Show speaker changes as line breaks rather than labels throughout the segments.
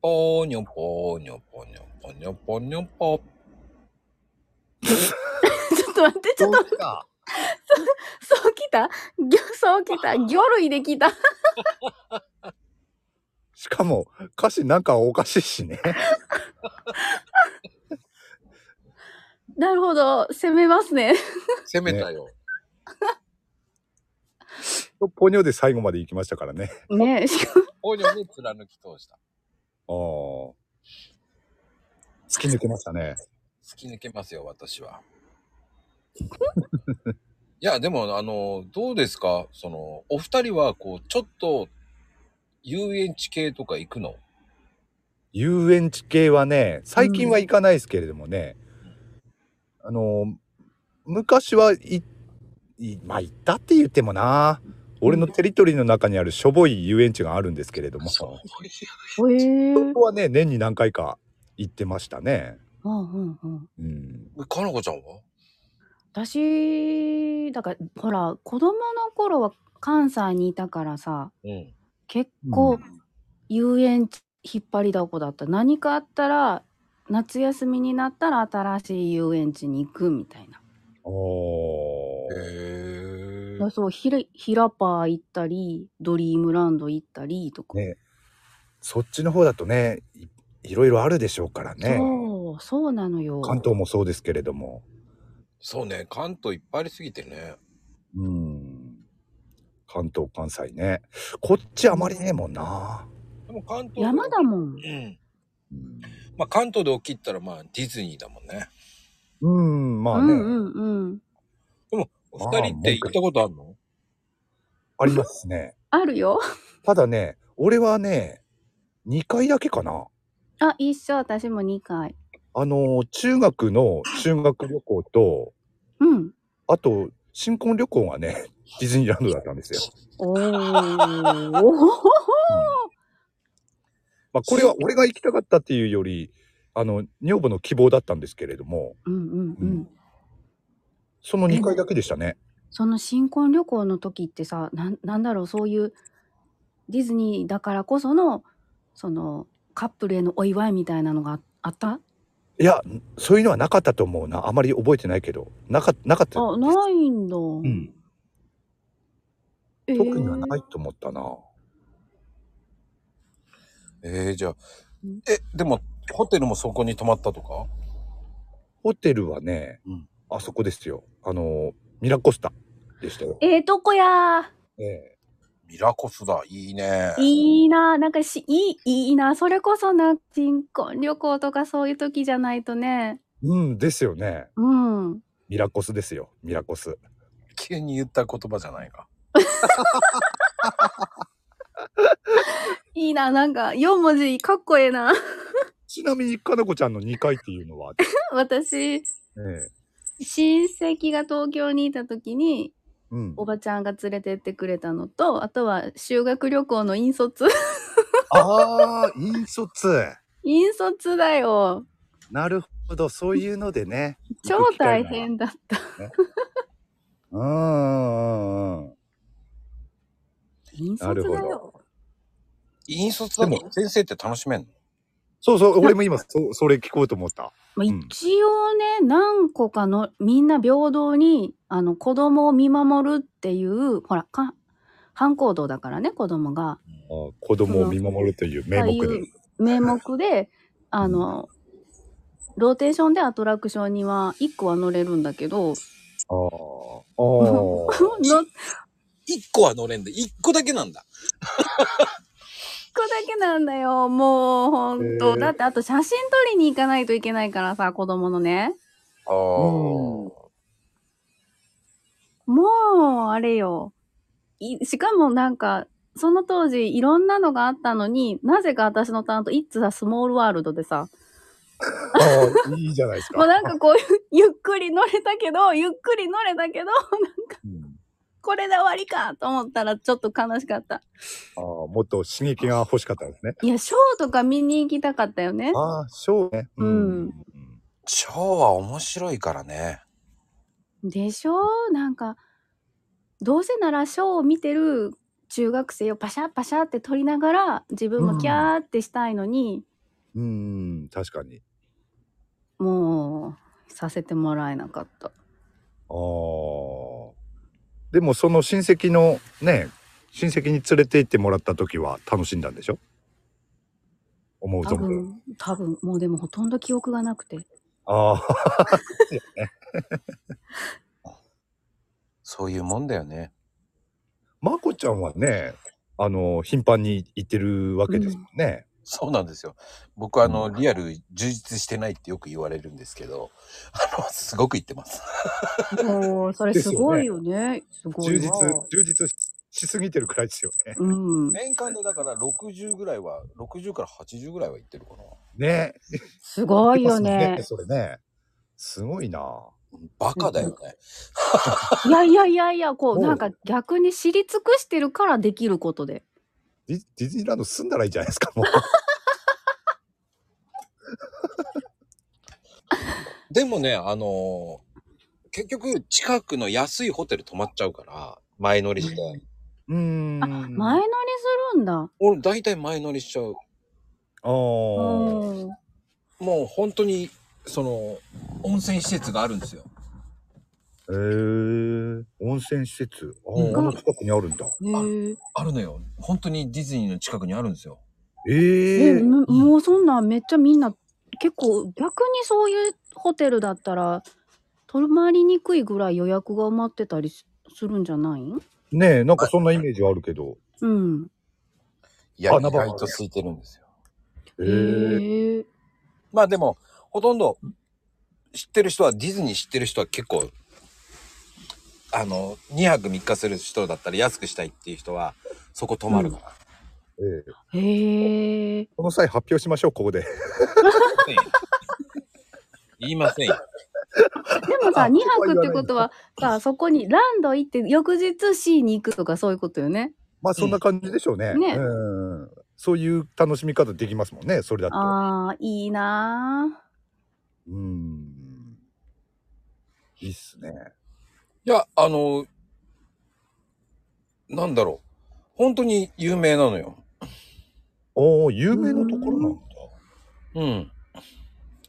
ぽーにょぽーにょぽにょぽにょぽにょぽ。
ちょっと待って、ちょっと、
っか。
そうきたぎょそうきた魚類できた。
しかも歌詞なんかおかしいしね。
なるほど、攻めますね。
攻めたよ。
ポニョで最後まで行きましたからね。
ね え、しかも、
ぽにょに貫き通した。
ああ。突き抜けましたね。
突き抜けますよ、私は。いや、でも、あの、どうですかその、お二人は、こう、ちょっと、遊園地系とか行くの
遊園地系はね、最近は行かないですけれどもね。あの、昔はい、いまあ行ったって言ってもな。俺のテリトリーの中にあるしょぼい遊園地があるんですけれども。そ
えー。
こはね、年に何回か行ってましたね。
うんうんうん。
うん。
う。かなこちゃんは
私、だから、ほら、子供の頃は関西にいたからさ、
うん。
結構
う、
遊園地引っ張りだこだった。何かあったら、夏休みになったら新しい遊園地に行くみたいな。
おー。
へえ
だからそう、ひら、ひらパー行ったり、ドリームランド行ったりとか。
ねそっちの方だとね、いいろいろあるでしょうからね。
そう、そうなのよ。
関東もそうですけれども。
そうね、関東いっぱいありすぎてね。
うん。関東、関西ね。こっちあまりねえもんな。
でも関東。
山だもん。
うん。
うん
まあ、関東で起きったら、まあ、ディズニーだもんね。
うん、ま
う
あね、
んうんうん。
お二人って行ったことあるの、
ありますね。
あるよ。
ただね、俺はね、2回だけかな。
あ、一緒、私も2回。
あの、中学の修学旅行と、
うん。
あと、新婚旅行 がね、ディズニーランドだったんですよ。
おー。
まあ、これは俺が行きたかったっていうより、あの、女房の希望だったんですけれども、
うんうんう
うんん。その2回だけでしたね。
その新婚旅行の時ってさ、なんなんだろう、そういう、ディズニーだからこその、その、カップルへのお祝いみたいなのがああった
いや、そういうのはなかったと思うな。あまり覚えてないけど、なかなかった。。
あ、ないんだ。うんえー
特にはないと思ったな。
ええじゃあ
うん。
え、でも、ホテルもそこに泊まったとか
ホテルはね、
うん
あそこですよ。あの、ミラコスタでしたよ。
ええとこや
ええ
ミラコスだ。いいね。
ー。いいな。なんかし、いい、いいな。それこそな、新婚旅行とかそういう時じゃないとね。
うん、ですよね。
うん。
ミラコスですよ。ミラコス。
急に言った言葉じゃないか。
いいな。なんか、4文字、かっこええな。
ちなみに、かなこちゃんの2回っていうのは、え
私、
え
親戚が東京にいた時に、
うん
お。ばちゃんが連れてってくれたのと、あとは修学旅行の引率。
ああ、引率。
引率だよ。
なるほど。そういうのでね。
超大変だった。
うんうんうん。
引率だ
なるほど
よ。
引率だも
で
ん。先生って楽しめんの
そうそう、俺も今、そそれ聞こうと思った。
まあ、
うん
一応ね、何個かのみんな平等にあの子供を見守るっていうほらか反行動だからね子供が。
あー子供を見守るという名目
ああい
で
う。名目であのローテーションでアトラクションには1個は乗れるんだけど
ああ。ああ。
乗っ
一個は乗れんで、一個だけなんだ。
個だけなんだよもうほんと、
へえ
だってあと写真撮りに行かないといけないからさ子供のね
ああ。
うん
もうあれよいしかもなんかその当時いろんなのがあったのになぜか私の担当「イッツ・ザ・スモール・ワールド」でさ
ああ、いいじゃないですか。
もうなんかこういうゆっくり乗れたけどゆっくり乗れたけど
うん
これで終わりかと思ったらちょっと悲しかった
ああ、もっと刺激が欲しかったですね。
いやショーとか見に行きたかったよね
ああ、そうね。
うん。
ショーは面白いからね。
でしょなんかどうせならショーを見てる中学生をパシャパシャって撮りながら自分もキャーってしたいのに、
うーん、確かに。
もうさせてもらえなかった
ああ。でもその親戚のね、親戚に連れて行ってもらった時は楽しんだんでしょ思う
多
存分。
分多分もうでもほとんど記憶がなく て
ああ。
そういうもんだよね。
まこちゃんはね、あの、頻繁に行ってるわけですもんね。
そうなんですよ。僕はあの、
う
リアル充実してないってよく言われるんですけど、あの、すごく言ってます。
もうそれすごいよねすごい
充
わ
実、充実ししすぎてるくらいですよね。
うん
年間でだから60ぐらいは、60から80ぐらいは行ってるかな。
ね。
すごいよ
言って
ね
ますもんそれね。すごいな。
バカだよね。
いやいやいやいやこ
お
う
う
なんか逆に知り尽くしてるからできることで
ディディズニーランド住んだらいいじゃないです か、もう。
でもね、あのー結局近くの安いホテル泊まっちゃうから、前乗りして。
うーん。
前乗
あ
りするんだ
俺大体前乗りしちゃう。
あー。
うん
もう本当に、その、温泉施設があるんですよ。
へえ。温泉施設。ああ、
うん
この近くにあるんだ。
へえ
あるのよ。本当にディズニーの近くにあるんですよ。
ええ
えむもうそんなんめっちゃみんな結構逆にそういうホテルだったら泊まりにくいぐらい予約が埋まってたりすするんじゃないん
ねえ、なんかそんなイメージはあるけど。
うん。
いや、
あ
意
ナバホ
外と空いてるんですよ。
え
へ
え。
え
まあでも、ほとんど知ってる人は、ディズニー知ってる人は結構、あの、2泊3日する人だったら安くしたいっていう人は、そこ泊まるから。
ええ。
へえ
この際発表しましょう、ここで。
言いませんよ。
でも
あ
さ2
そこは
泊っ
言わない
てことはさそこにランド行って翌日 C に行くとかそういうことよね
まあそんな感じでしょうね。
ね
うん。そういう楽しみ方できますもんね、それだと。
あーいいなあ
うん。いいっすね。
いや、あの、なんだろう。本当に有名なのよ。
おー、有名なところなんだ。
うん。
んな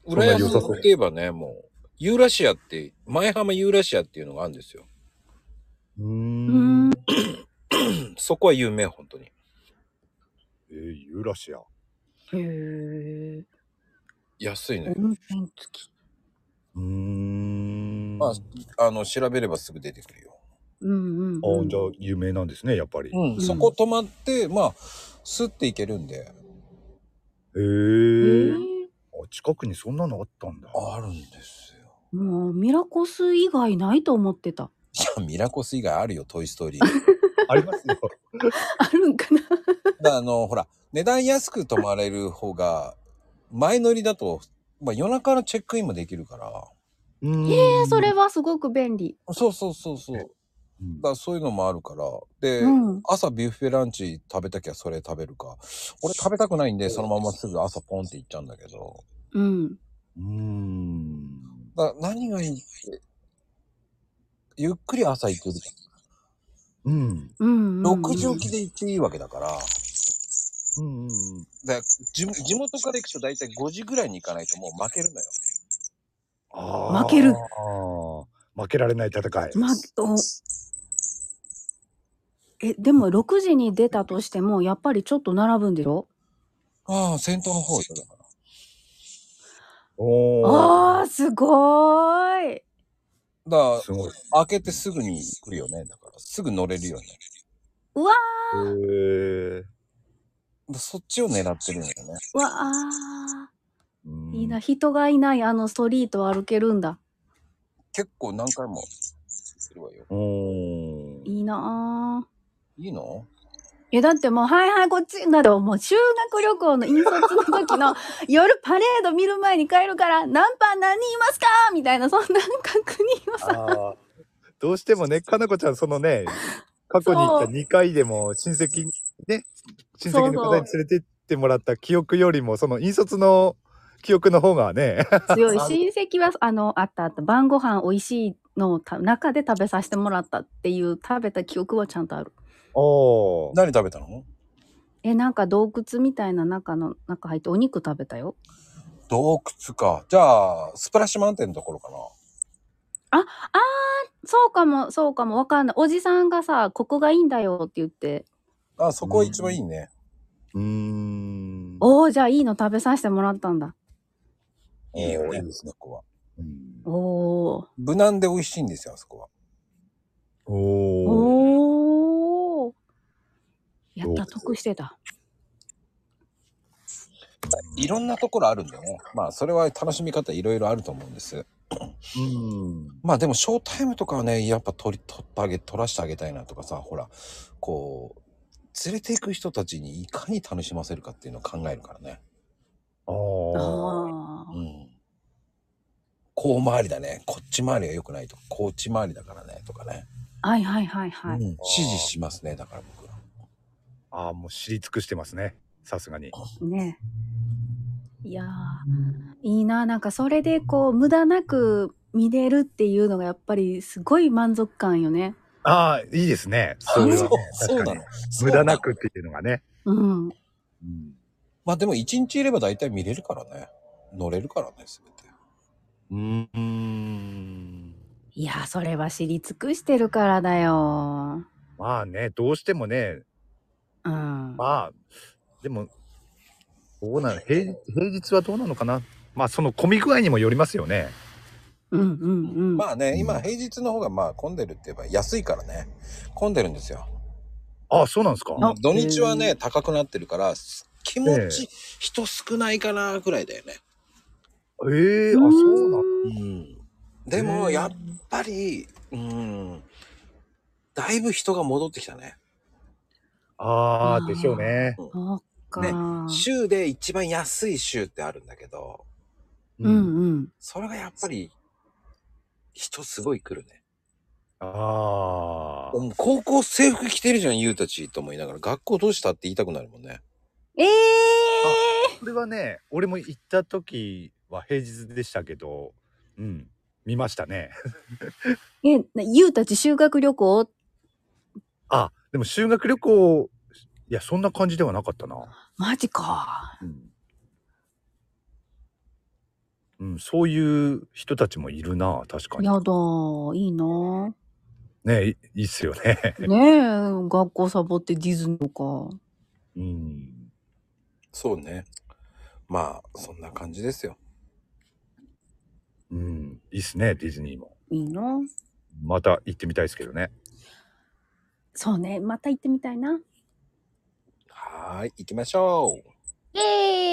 浦
良
安
さ
と
そう
いえばね、もう、ユーラシアって、前浜ユーラシアっていうのがあるんですよ。
う
う
ー
ん
ん。
そこは有名、本当に。
えー、ユーラシア。
へえ
安いのよ。
温泉付き
うーん。
ま
あ
あ、あの、調べればすぐ出てくるよ。
うんうん、うん、
ー、じゃあ有名なんですね、やっぱり。へ
うん、そこ泊まって、まあ、スッて行けるんで。
へ
え。
え
あ、近くにそんなのあったんだ。
あるんですよ。
もうミラコス以外ないと思ってた
いや、ミラコス以外あるよ、トイストーリー。
ありま すよ。
あるんかな
だあの、ほら、値段安く泊まれる方が、前乗りだと、まあ夜中のチェックインもできるから。
え
え
え
それ。はすごく便利
そうそうそうそう。だか
うん
らそういうのもあるから。で、
うん
朝ビュッフェランチ食べたきゃそれ食べるか。俺食べたくないんで、そのまますぐ朝ポンって行っちゃうんだけど。
うん
うーん。
だから何がいいって、ゆっくり朝行ける。
うん。
うんうん、うん、
6時起きで行っていいわけだから。
うんうん。
だ地地元から行くと大体5時ぐらいに行かないともう負けるのよ。
あー
負ける
あー負けられない戦い。
まおえでも6時に出たとしてもやっぱりちょっと並ぶんでしょ
ああ、先頭の方よ、だから。
おー
あーすごーい
だ
すごい。
から、開けてすぐに来るよね。だから、すぐ乗れるよね。
うわ
へー
だそっちを狙ってるんだよね。
ーわあーいいな。人がいないあのストリートを歩けるんだ
結構何回もするわよ。
おー
いいなあ
いいの
えだってもう「はいはいこっち」などもう修学旅行の引率の時の 夜パレード見る前に帰るから「何班何人いますか?」みたいなそんな確認をさ
あーどうしてもね、かなこちゃん、そ のね、過去に行った
そう
2回でも親戚にね、親戚の方に連れて行ってもらった記憶よりも、その引率の記憶の方がね、
強 い親戚はあのあったあった晩ご飯美味しいのをた中で食べさせてもらったっていう食べた記憶はちゃんとある
おー
何食べたの
え、なんか洞窟みたいな中の中入ってお肉食べたよ。
洞窟か。じゃあ、スプラッシュマウンテンのところかな。
そうかも、そうかも、わかんない。おじさんがさ、ここがいいんだよって言って、
あ、そこ一番いいね。
うーん。
おお、じゃあいいの食べさせてもらったんだ。
うん
いいよね、
いい
そこは。
うん
おお。
無難で美味しいんですよ、あそこは。
おー。
おお。やっ
洞
た、
窟
得してた。
いろんなところあるんでね。まあ、それは楽しみ方いろいろあると思うんです。
うん。
まあでも、ショータイムとかはね、やっぱ取り、取ってあげ、取らしてあげたいなとかさ、ほら、こう、連れていく人たちにいかに楽しませるかっていうのを考えるからね。
あ
あ
あ。
あ
う。ん。こう回りだね。こっち回りが良くないとか、こっち回りだからね、とかね。
はいはいはいはい。
うん、支持しますね、だから僕は。
ああ、もう知り尽くしてますね。さすがに。
ねいやーいいななんかそれでこう無駄なく見れるっていうのがやっぱりすごい満足感よね
ああ、いいですね。それはね、
そう
確
な
か
の
に。。無駄なくっていうのがね。
うん
うん
まあでも一日いれば大体見れるからね。乗れるからね、すべて。
うーん。
いやそれは知り尽くしてるからだよ
まあね、どうしてもね、
うん、
まあ、でも、どうなの平日平日はどうなのかなまあ、その混み具合にもよりますよね。
うんうんうん
まあね、
う
今
ん
平日の方がまあ混んでるって言えば安いからね。混んでるんですよ。
ああ、そうなんですか。
あ
土日は
へ
ね、
ー
高くなってるから、す気持ち、人少ないかなぐらいだよね。
ええあ、そうなの
うん。でも
へー
やっぱり、うん、だいぶ人が戻ってきたね。
あ
あ
あ、
ー
でしょうね。
そっか、
週で一番安い週ってあるんだけど、
う
うん。
んうん
それがやっぱり、人すごい来るね。
ああ。
うん高校制服着てるじゃん、ゆうたちと思いながら、学校どうしたって言いたくなるもんね。
ええ
これはね、俺も行った時は平日でしたけど、うん、見ましたね。
ー、えなゆうたち修学旅行
あ、でも修学旅行、いや、そんな感じではなかったな。
マジか
うん。うん、そういう人たちもいるな、確かに
や。だいい な
ねいいいっすよね。
ねえ学校サボってディズニーとか
うん。
そうね。まあ、そんな感じですよ。
うん、いいっすね、ディズニーも。
いいな
また行ってみたいですけどね。
そうねまた行ってみたいな
はーい、行きましょう。
イエーイ